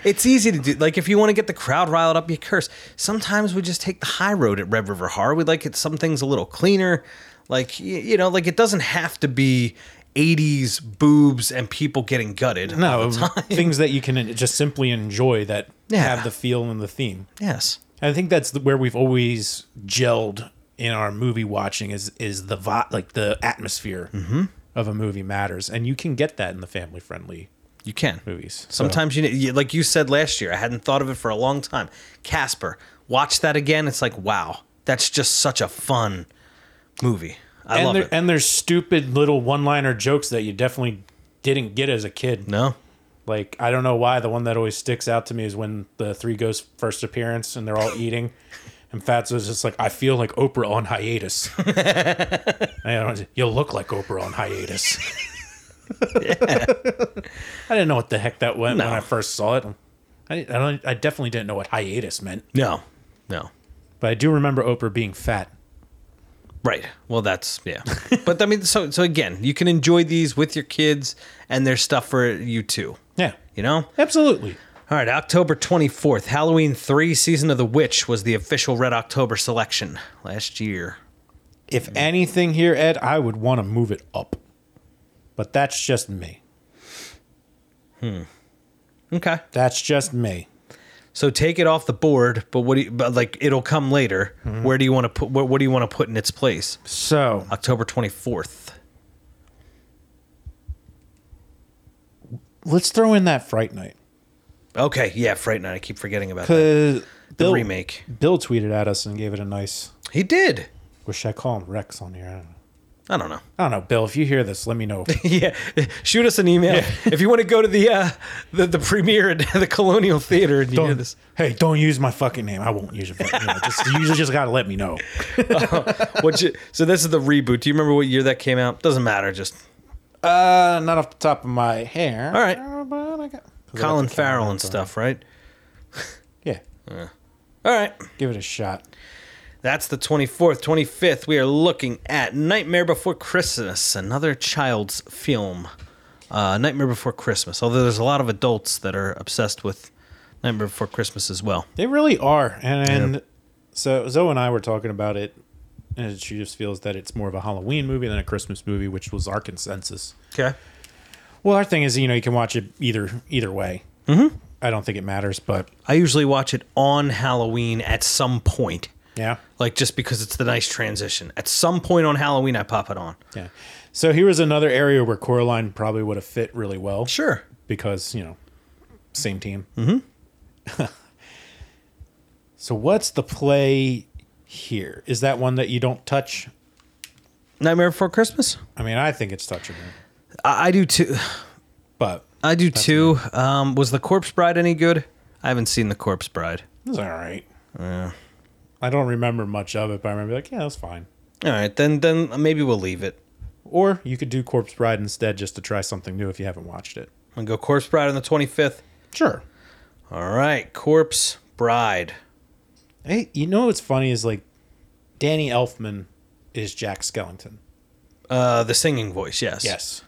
S2: it's easy to do. Like if you want to get the crowd riled up, you curse. Sometimes we just take the high road at Red River Horror. We like it. Some things a little cleaner. Like y- you know, like it doesn't have to be. 80s boobs and people getting gutted. all
S1: no,
S2: the time.
S1: things that you can just simply enjoy that
S2: Yeah.
S1: have the feel and the theme.
S2: Yes.
S1: I think that's the- where we've always gelled in our movie watching is is the vi- like the atmosphere
S2: Mm-hmm.
S1: of a movie matters, and you can get that in the family friendly
S2: You can.
S1: movies. So-
S2: Sometimes you, you like you said last year. I hadn't thought of it for a long time. Casper, watch that again. It's like wow, that's just such a fun movie. I
S1: and
S2: love
S1: there,
S2: it.
S1: and there's stupid little one liner jokes that you definitely didn't get as a kid.
S2: no,
S1: Like I don't know why the one that always sticks out to me is when the three ghosts first appearance and they're all eating, and Fatso's just like, "I feel like Oprah on hiatus." And everyone's, you look like Oprah on hiatus. I didn't know what the heck that went
S2: No.
S1: when I first saw it. I, I don't. I definitely didn't know what hiatus meant,
S2: no, no.
S1: but I do remember Oprah being fat.
S2: Right. Well, that's yeah. [laughs] but I mean, so so again, you can enjoy these with your kids, and there's stuff for you too.
S1: Yeah,
S2: You know.
S1: absolutely.
S2: All right, October 24th, Halloween 3 Season of the Witch was the official Red October selection last year.
S1: If anything here, Ed, I would want to move it up, but that's just me.
S2: Okay.
S1: That's just me.
S2: So take it off the board, but what do you but like it'll come later. Where do you want to put what, what do you want to put in its place?
S1: So
S2: October 24th.
S1: let's throw in that Fright Night
S2: Okay, yeah, Fright Night. I keep forgetting about that.
S1: because
S2: The
S1: Bill
S2: remake.
S1: Bill tweeted at us and gave it a nice.
S2: He did.
S1: What should I call him Rex on here? I don't know.
S2: I don't know.
S1: I don't know, Bill. If you hear this, let me
S2: [laughs]
S1: know.
S2: Yeah, shoot us an email if you want to go to the uh, the, the premiere at [laughs] the Colonial Theater and you hear
S1: Don't,
S2: this.
S1: hey, don't use my fucking name. I won't use your fucking name. Just, you usually just gotta let me know.
S2: What you, so this is the reboot. Do you remember what year that came out? Doesn't matter. Just
S1: Uh, not off the top of my hair. Uh, All
S2: right.
S1: right.
S2: Colin Farrell and stuff, right?
S1: Yeah,
S2: All right.
S1: give it a shot.
S2: That's the 24th, 25th. We are looking at Nightmare Before Christmas, another child's film. Uh, Nightmare Before Christmas. Although there's a lot of adults that are obsessed with Nightmare Before Christmas as well.
S1: They really are, and, and so Zoe and I were talking about it, and she just feels that it's more of a Halloween movie than a Christmas movie, which was our consensus.
S2: Okay.
S1: Well, our thing is, you know, you can watch it either either way. I don't think it matters, but
S2: I usually watch it on Halloween at some point.
S1: yeah,
S2: Like just because it's the nice transition. At some point on Halloween, I pop it on.
S1: yeah. So here was another area where Coraline probably would have fit really well
S2: Sure.
S1: because you know, same team. Mm-hmm. [laughs] so what's the play here? Is that one that you don't touch?
S2: Nightmare Before Christmas?
S1: I mean, I think it's touchable,
S2: I, I do too.
S1: but
S2: I do too. Um, was The Corpse Bride any good? I haven't seen The Corpse Bride.
S1: it's all right. Yeah. I don't remember much of it, but I remember like, yeah, that's fine.
S2: All right, then then maybe we'll leave it.
S1: Or you could do Corpse Bride instead, just to try something new if you haven't watched it.
S2: I'm gonna go Corpse Bride on the 25th.
S1: Sure.
S2: All right, Corpse Bride.
S1: Hey, you know what's funny is like Danny Elfman is Jack Skellington.
S2: Uh, the singing voice, yes.
S1: Yes.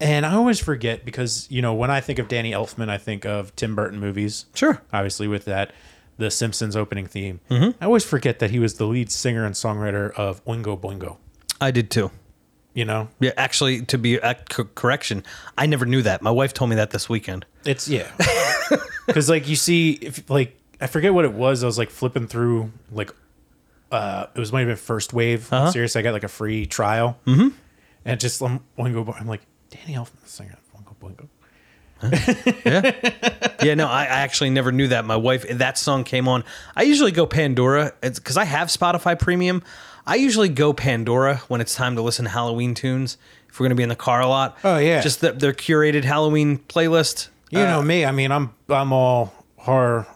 S1: And I always forget because, you know, when I think of Danny Elfman, I think of Tim Burton movies.
S2: Sure.
S1: Obviously, with that, the Simpsons opening theme. I always forget that he was the lead singer and songwriter of Oingo Boingo.
S2: I did too.
S1: You know,
S2: Yeah, actually, to be a c- correction, I never knew that. My wife told me that this weekend.
S1: It's yeah, [laughs] because like you see, if like I forget what it was, I was like flipping through like uh it was Uh-huh. might have been first wave. Serious, I got like a free trial, mm-hmm. and just I'm, um, one go. by, I'm like, Danny Elfman sang it. Funko Bunko.
S2: Yeah, no, I, I actually never knew that. My wife, that song came on. I usually go Pandora because I have Spotify Premium. I usually go Pandora when it's time to listen to Halloween tunes. If we're gonna be in the car a lot,
S1: Oh, yeah.
S2: just the, their curated Halloween playlist.
S1: You know me. I mean, I'm I'm all horror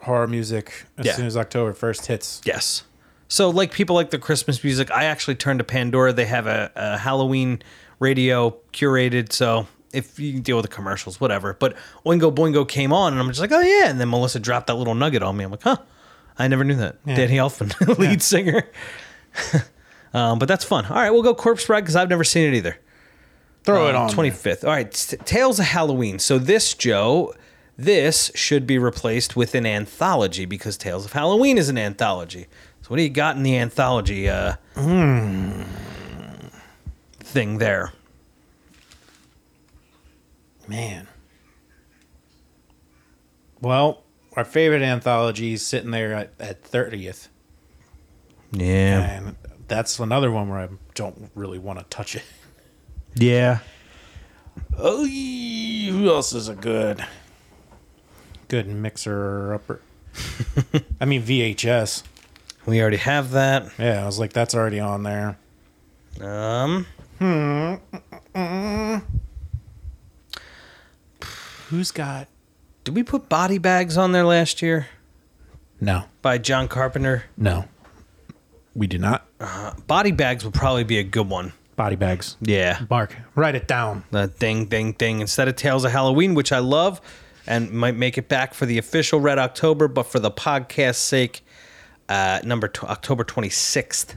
S1: horror music as
S2: Yeah.
S1: soon as October first hits.
S2: Yes. So, like people like the Christmas music, I actually turn to Pandora. They have a, a Halloween radio curated. So, if you can deal with the commercials, whatever. But Oingo Boingo came on, and I'm just like, oh, yeah. And then Melissa dropped that little nugget on me. I'm like, huh, I never knew that. Danny Elfman, [laughs] lead singer. um, but that's fun. All right, we'll go Corpse Bride because I've never seen it either.
S1: Throw it on.
S2: Twenty fifth. Um, All right, t- Tales of Halloween. So this Joe, this should be replaced with an anthology because Tales of Halloween is an anthology. So what do you got in the anthology uh, thing there?
S1: Man. Well, our favorite anthology is sitting there at, at 30th.
S2: Yeah,
S1: And that's another one where I don't really want to touch it.
S2: yeah.
S1: Oh, who else is a good, good mixer upper? I mean VHS.
S2: We already have that.
S1: Yeah, I was like, that's already on there.
S2: Um,
S1: Who's got?
S2: did we put Body Bags on there last year
S1: No,
S2: by John Carpenter?
S1: no, we do not.
S2: Body Bags would probably be a good one.
S1: Body bags.
S2: Yeah.
S1: Mark, write it down.
S2: the ding ding ding instead of tales of halloween which i love and might make it back for the official red october but for the podcast's sake uh number tw october 26th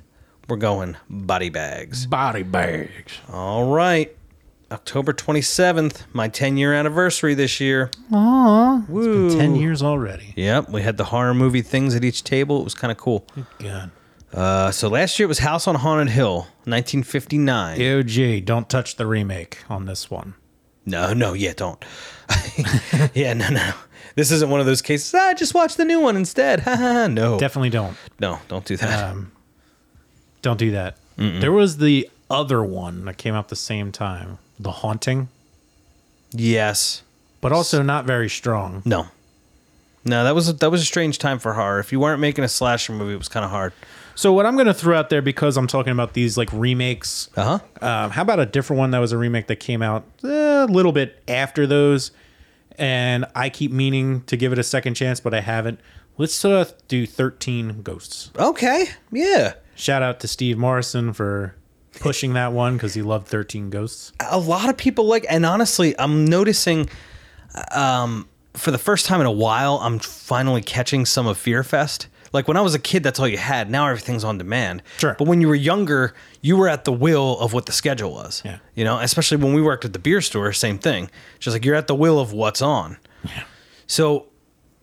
S2: we're going body bags
S1: Body bags.
S2: all right october 27th my 10 year anniversary this year
S1: It's been ten years already.
S2: yep we had the horror movie things at each table it was kind of cool
S1: Good.
S2: uh, so last year it was house on haunted hill 1959
S1: OG, don't touch the remake on this one.
S2: No, no, yeah, don't. [laughs] yeah, no, no. This isn't one of those cases. Ah, just watch the new one instead. [laughs] Ha, ha, ha. no,
S1: Definitely don't.
S2: no, don't do that.
S1: Don't do that. There was the other one that came out the same time, The Haunting,
S2: yes,
S1: but also not very strong.
S2: no, no. That was a, that was a strange time for horror. If you weren't making a slasher movie, it was kind of hard.
S1: So what I'm going to throw out there because I'm talking about these like remakes.
S2: Uh huh.
S1: Um, how about a different one that was a remake that came out eh, a little bit after those, and I keep meaning to give it a second chance, but I haven't. Let's uh, do 13 Ghosts.
S2: Okay. Yeah.
S1: Shout out to Steve Morrison for pushing that one because he loved 13 Ghosts.
S2: a lot of people like and honestly i'm noticing um for the first time in a while i'm finally catching some of fear fest like when i was a kid that's all you had now everything's on demand
S1: Sure.
S2: but when you were younger you were at the will of what the schedule was
S1: Yeah.
S2: you know especially when we worked at the beer store same thing just like you're at the will of what's on yeah. so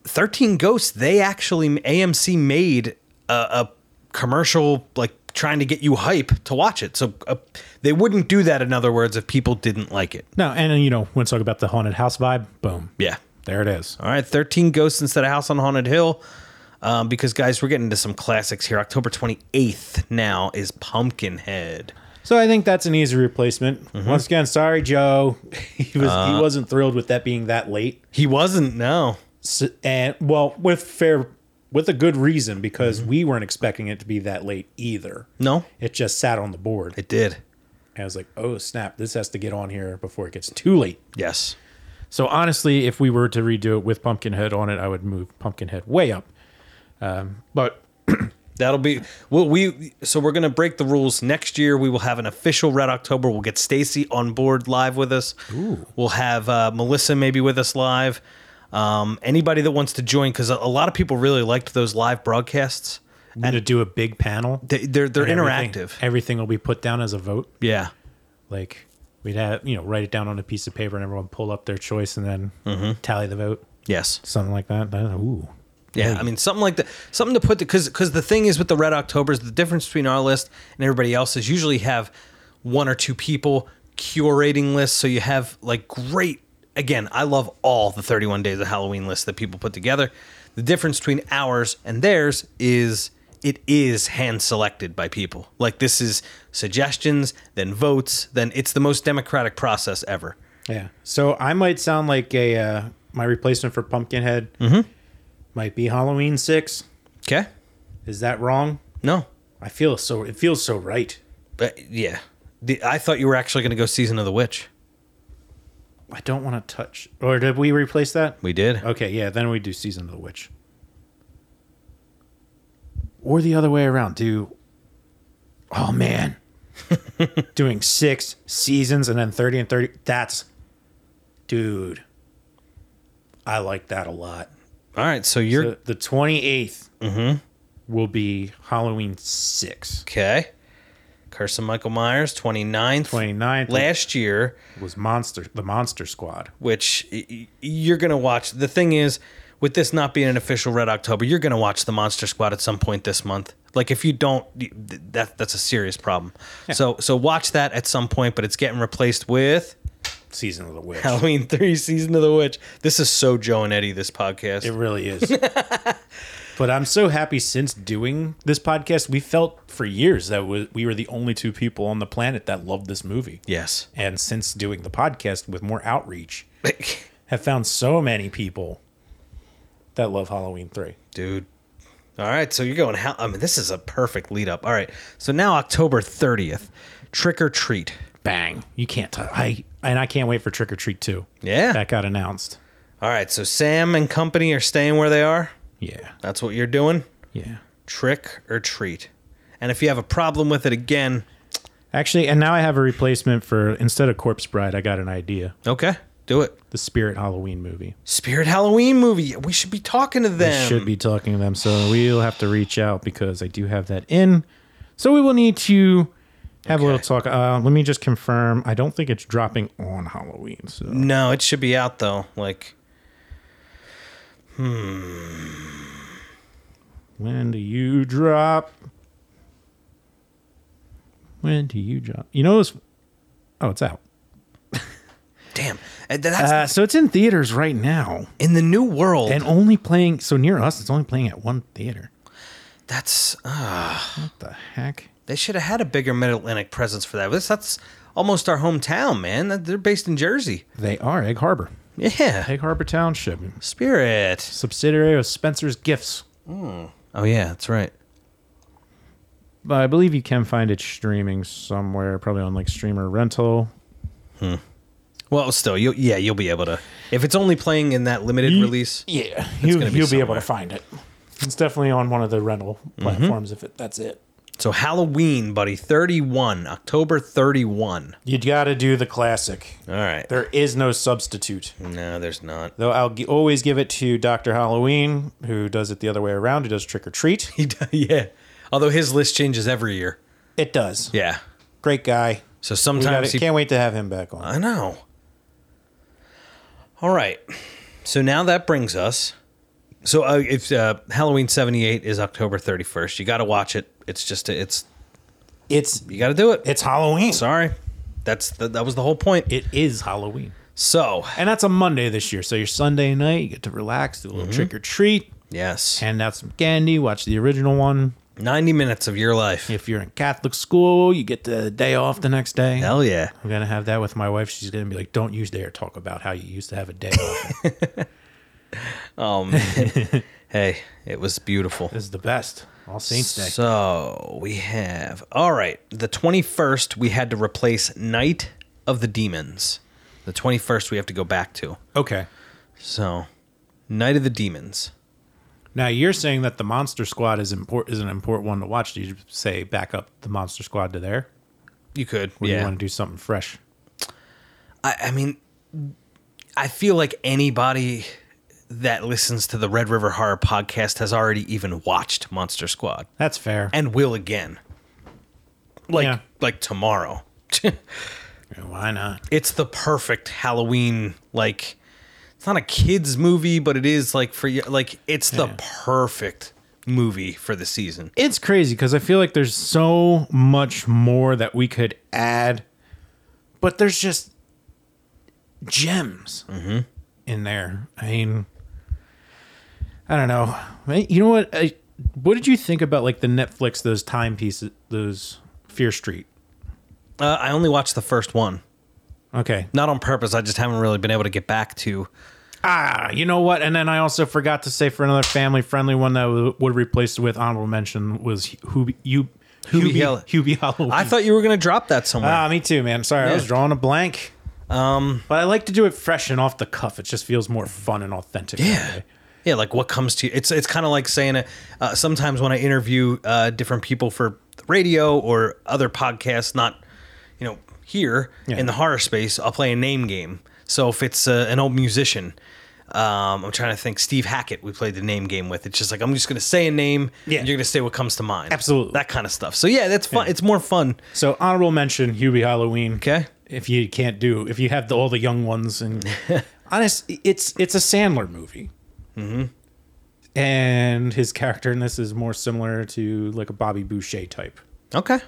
S2: 13 Ghosts, they actually, AMC made a, a commercial like trying to get you hype to watch it. So uh, they wouldn't do that, in other words, if people didn't like it.
S1: No, and you know, when talk about the haunted house vibe, boom,
S2: Yeah.
S1: there it is.
S2: All right. 13 Ghosts instead of House on Haunted Hill. Um, because, guys, we're getting into some classics here. October 28th now is Pumpkinhead.
S1: So I think that's an easy replacement. Once again, sorry, Joe. [laughs] he was he wasn't thrilled with that being that late,
S2: He wasn't, no.
S1: S and well, with fair, with a good reason because we weren't expecting it to be that late either.
S2: No,
S1: It just sat on the board.
S2: it did.
S1: And I was like, oh snap, this has to get on here before it gets too late.
S2: Yes.
S1: So honestly, if we were to redo it with Pumpkinhead on it, I would move Pumpkinhead way up. Um, but
S2: That'll be well. We so we're gonna break the rules next year. We will have an official Red October. We'll get Stacy on board live with us. We'll have uh, Melissa maybe with us live. Um, anybody that wants to join because a, a lot of people really liked those live broadcasts.
S1: I'm gonna do a big panel.
S2: They, they're they're
S1: and
S2: interactive.
S1: Everything, everything will be put down as a vote.
S2: Yeah,
S1: Like we'd have you know write it down on a piece of paper and everyone pull up their choice and then
S2: Mm-hmm.
S1: tally the vote,
S2: yes.
S1: something like that. That- Ooh,
S2: Yeah,
S1: Hey.
S2: I mean something like that. Something to put because because the thing is with the Red Octobers, the difference between our list and everybody else's usually have one or two people curating lists, so you have like great. Again, I love all the 31 days of Halloween lists that people put together. The difference between ours and theirs is it is hand selected by people. Like this is suggestions, then votes, then it's the most democratic process ever.
S1: Yeah. So I might sound like a uh, my replacement for Pumpkinhead
S2: Mm-hmm.
S1: might be Halloween six.
S2: Okay?
S1: Is that wrong?
S2: No.
S1: I feel so. It feels so right.
S2: But yeah. The, I thought you were actually going to go season of the witch.
S1: I don't want to touch. Or did we replace that?
S2: We did.
S1: Okay, yeah, then we do Season of the Witch. Or the other way around. Do. Oh, [laughs] man. Doing six seasons and then 30 and 30. That's. Dude. I like that a lot.
S2: All right, so you're
S1: The, the 28th will be Halloween 6.
S2: okay. Curse of Michael Myers 29th.
S1: 29th
S2: Last year,
S1: was Monster, the Monster Squad.
S2: which y- y- you're going to watch. The thing is, with this not being an official Red October, you're going to watch the Monster Squad at some point this month. Like if you don't, y- th- that that's a serious problem. So so watch that at some point, but it's getting replaced with
S1: Season of the Witch.
S2: Halloween Three: Season of the Witch. This is so Joe and Eddie. This podcast.
S1: It really is. [laughs] but I'm so happy since doing this podcast, we felt for years that we we were the only two people on the planet that loved this movie.
S2: yes. [laughs]
S1: And since doing the podcast with more outreach, have found so many people that love Halloween 3.
S2: dude. All right, so you're going. Hal- I mean, this is a perfect lead up. All right, so now October 30th, Trick or Treat.
S1: Bang. You can't t- I and I can't wait for Trick or Treat [laughs] 2.
S2: Yeah.
S1: That got announced.
S2: All right, so Sam and company are staying where they are.
S1: Yeah.
S2: That's what you're doing.
S1: Yeah.
S2: Trick or treat. And if you have a problem with it again,
S1: Actually, and now I have a replacement for instead of Corpse Bride, I got an idea.
S2: okay, do it.
S1: The Spirit Halloween movie.
S2: Spirit Halloween movie. We should be talking to them.
S1: I should be talking to them. So we'll have to reach out because I do have that in. So we will need to have a
S2: Okay.
S1: little talk. Uh, let me just confirm. I don't think it's dropping on Halloween. So
S2: No, it should be out though. Like,
S1: when do you drop? When do you drop? You know, it's oh, it's out.
S2: damn. And That's
S1: Uh, so it's in theaters right now
S2: in the new world.
S1: and only playing. So near us, it's only playing at one theater.
S2: that's uh,
S1: What the heck?
S2: they should have had a bigger Mid Atlantic presence for that. That's, that's almost our hometown, man. That- They're based in Jersey.
S1: They are Egg Harbor,
S2: Yeah.
S1: Egg Harbor Township,
S2: Spirit.
S1: subsidiary of Spencer's Gifts.
S2: Oh yeah, that's right.
S1: But I believe you can find it streaming somewhere, probably on like streamer rental.
S2: Well, still, you yeah, you'll be able to if it's only playing in that limited release.
S1: Yeah, you,
S2: gonna be
S1: you'll be able to
S2: somewhere. Mm-hmm.
S1: find it. It's definitely on one of the rental platforms. If it, that's it,
S2: So Halloween, buddy, 31, October 31.
S1: you got to do the classic.
S2: All right.
S1: There is no substitute.
S2: No, there's not. [laughs]
S1: Though I'll g- always give it to Doctor Halloween, who does it the other way around. Who does trick or treat?
S2: He d- yeah. Although his list changes every year.
S1: It does.
S2: Yeah.
S1: Great guy.
S2: So
S1: We gotta-
S2: sometimes he,
S1: Can't wait to have him back on.
S2: I know. All right. So now that brings us. So uh, if uh, Halloween 78 is October 31st, you got to watch it. It's just it's
S1: It's
S2: you got to do it.
S1: it's Halloween.
S2: Sorry. That's the, that was the whole point.
S1: It is Halloween,
S2: So,
S1: and that's a Monday this year. So your Sunday night, you get to relax, do a
S2: Mm-hmm.
S1: little trick or treat.
S2: yes.
S1: hand out some candy, watch the original one.
S2: 90 minutes of your life.
S1: If you're in Catholic school, you get the day off the next day.
S2: Hell yeah.
S1: I'm gonna have that with my wife. She's gonna be like, "Don't you dare talk about how you used to have a day off.
S2: Oh man. hey, it was beautiful.
S1: this is the best, All Saints Day."
S2: So we have all right. The twenty first, we had to replace Night of the Demons. The twenty first, we have to go back to.
S1: Okay.
S2: So, Night of the Demons.
S1: Now you're saying that the Monster Squad is important is an important one to watch. Do you say back up the Monster Squad to there,
S2: You could,
S1: or you
S2: yeah.
S1: want to do something fresh?
S2: I, I mean, I feel like anybody that listens to the Red River Horror podcast has already even watched Monster Squad
S1: That's fair.
S2: and will again. Like,
S1: Yeah.
S2: like tomorrow. [laughs]
S1: Why not?
S2: it's the perfect Halloween like it's not a kids movie, but it is like for you like it's the perfect movie for the season.
S1: it's crazy because I feel like there's so much more that we could add, but there's just gems in there. I mean, I don't know. I- You know what? I, what did you think about like the Netflix those timepieces those Fear Street?
S2: Uh, I only watched the first one,
S1: Okay.
S2: not on purpose. I just haven't really been able to get back to.
S1: Ah, you know what? And then I also forgot to say for another family friendly one that w- would replace it with honorable mention was Hubie you
S2: Hubie
S1: Hubie,
S2: Hall-
S1: Hubie, Halloween.
S2: I thought you were going to drop that somewhere.
S1: ah, me too, man. Sorry, I was
S2: Yeah.
S1: drawing a blank. Um, but I like to do it fresh and off the cuff. It just feels more fun and authentic. that
S2: Yeah.
S1: way.
S2: Yeah, like what comes to you. It's it's kind of like saying uh, uh, sometimes when I interview uh, different people for radio or other podcasts, not you know here
S1: Yeah.
S2: in the horror space, I'll play a name game. So if it's uh, an old musician, um, I'm trying to think. Steve Hackett, we played the name game with. It's just like I'm just going to say a name,
S1: Yeah.
S2: and you're going to say what comes to mind.
S1: Absolutely.
S2: that kind of stuff. So yeah, that's fun. It's more fun.
S1: So honorable mention Hubie Halloween.
S2: Okay.
S1: If you can't do if you have the, all the young ones
S2: [laughs]
S1: and honest, it's it's a Sandler movie. Mm-hmm. And his character in this is more similar to like a Bobby Boucher type.
S2: Okay.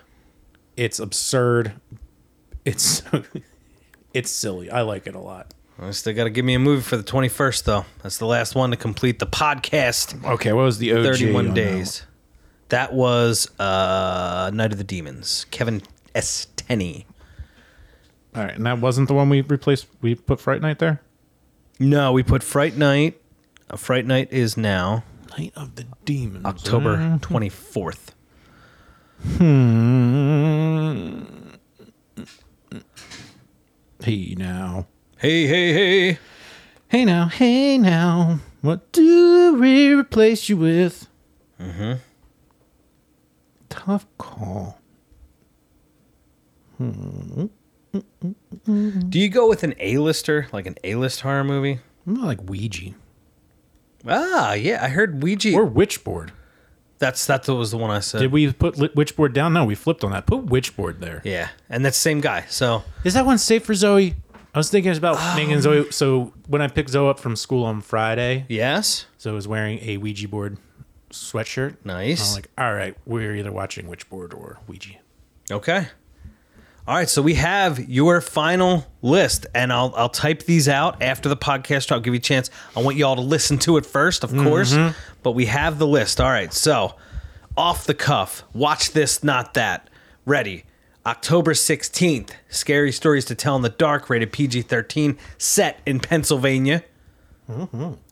S1: It's absurd. It's [laughs] it's silly. I like it a lot.
S2: I still got to give me a movie for the 21st though. That's the last one to complete the podcast.
S1: Okay, what was the OG?
S2: 31
S1: on that one?
S2: days. That was uh, Night of the Demons. Kevin S. Tenney.
S1: All right, and that wasn't the one we replaced. We put Fright Night there.
S2: No, we put Fright Night. Uh, Fright Night is now
S1: Night of the Demons.
S2: October 24th.
S1: Hey now.
S2: Hey, hey, hey.
S1: Hey now, hey now, what do we replace you with? Mm-hmm. Tough call.
S2: Do you go with an A-lister, like an A-list horror movie?
S1: I'm not like Ouija.
S2: Ah, yeah, I heard Ouija.
S1: Or Witchboard.
S2: that's that's what was the one I said.
S1: Did we put li- Witchboard down? No, we flipped on that. Put Witchboard there. Is
S2: yeah, and that's same guy. So
S1: that one safe for Zoe? I was thinking about making Zoe. So when I picked Zoe up from school on Friday,
S2: yes,
S1: Zoe was wearing a Ouija board sweatshirt. I'm
S2: nice.
S1: like, all right, we're either watching Witchboard or Ouija.
S2: Okay. All right, so we have your final list, and I'll I'll type these out after the podcast. I'll give you a chance. I want y'all to listen to it first, of course. But we have the list. All right, so off the cuff, watch this, not that. Ready. October 16th, Scary Stories to Tell in the Dark, rated PG 13, set in Pennsylvania.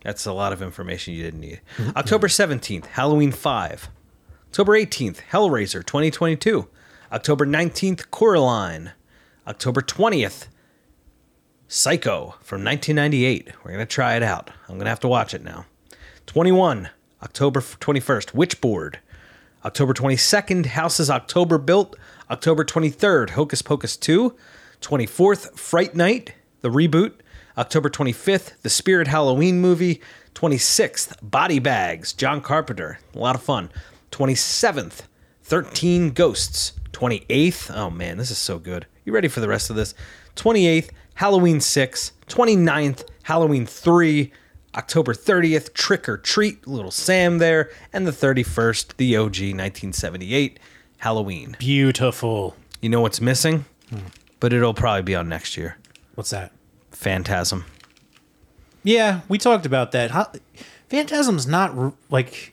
S2: That's a lot of information you didn't need. October 17th, Halloween 5. October 18th, Hellraiser 2022. October 19th, Coraline. October 20th, Psycho from 1998. We're going to try it out. I'm going to have to watch it now. 21, October 21st, Witchboard. October 22nd, Houses October Built. October 23rd, Hocus Pocus 2. 24th, Fright Night, the reboot. October 25th, The Spirit Halloween movie. 26th, Body Bags, John Carpenter. A lot of fun. 27th, 13 Ghosts. 28th, oh man, this is so good. You ready for the rest of this? 28th, Halloween 6. 29th, Halloween 3. October 30th, Trick or Treat, Little Sam there. And the 31st, the OG 1978, Halloween.
S1: Beautiful.
S2: You know what's missing? But it'll probably be on next year.
S1: What's that?
S2: Phantasm.
S1: Yeah, we talked about that. How, Phantasm's not r- like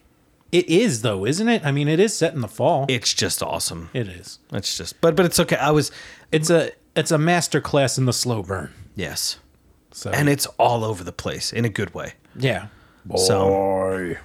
S1: it is though, isn't it? I mean, it is set in the fall.
S2: It's just awesome.
S1: it is.
S2: It's just, but but it's okay. I was,
S1: It's a it's a master class in the slow burn.
S2: yes.
S1: So
S2: And it's all over the place in a good way.
S1: yeah. [laughs]
S2: So-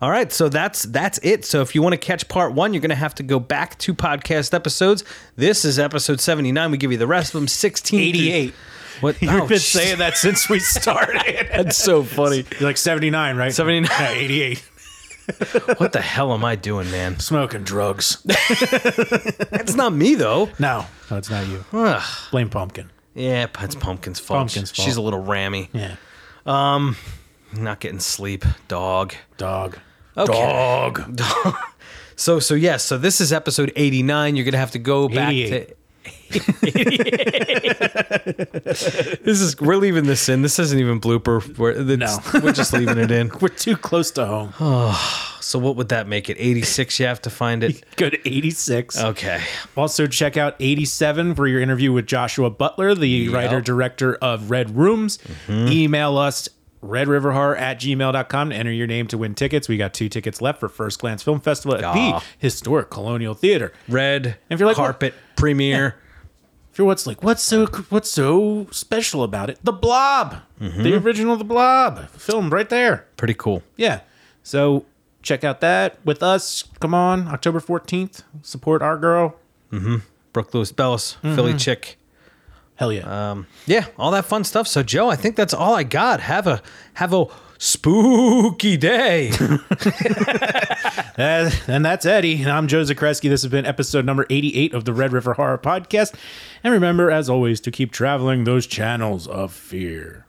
S2: All right, so that's that's it. So if you want to catch part one, you're going to have to go back two podcast episodes. This is episode 79. We give you the rest of them 16
S1: 88.
S2: [laughs] What
S1: You've
S2: oh,
S1: been
S2: sh-
S1: saying that since [laughs] we started.
S2: that's so funny.
S1: You're like 79, right?
S2: 79.
S1: Yeah, 88.
S2: [laughs] What the hell am I doing, man?
S1: Smoking [laughs] drugs.
S2: That's not me though.
S1: no, no, it's not you.
S2: Ugh.
S1: Blame Pumpkin.
S2: Yeah, it's Pumpkin's fault.
S1: Pumpkin's fault.
S2: She's a little rammy.
S1: Yeah.
S2: Not getting sleep, dog.
S1: Dog.
S2: Okay.
S1: Dog. [laughs]
S2: So so yes, so this is episode 89. You're going to have to go back
S1: 88.
S2: to [laughs] This is we're leaving this in. This isn't even blooper. We're, it's- we're just leaving it in.
S1: We're too close to home.
S2: So what would that make it? 86 you have to
S1: [laughs]
S2: find it.
S1: Good 86.
S2: Okay.
S1: Also, check out 87 for your interview with Joshua Butler, the writer director of Red Rooms. Email us redriverhorror at gmail.com to enter your name to win tickets. We got two tickets left for First Glance Film Festival at
S2: Aw.
S1: the Historic Colonial Theater.
S2: Red
S1: If you're like,
S2: carpet premiere.
S1: If you're what's like, what's so what's so special about it? The Blob, the original The Blob film right there.
S2: Pretty cool.
S1: Yeah. So check out that with us. Come on, October 14th. Support our girl.
S2: Brooke Lewis Bellis,
S1: Mm-hmm.
S2: Philly chick.
S1: Hell yeah. [laughs]
S2: Yeah, all that fun stuff. So Joe, I think that's all I got. Have a have a spooky day. [laughs]
S1: Uh, and that's Eddie. And I'm Joe Zakreski. This has been episode number 88 of the Red River Horror Podcast. And remember, as always, to keep traveling those channels of fear.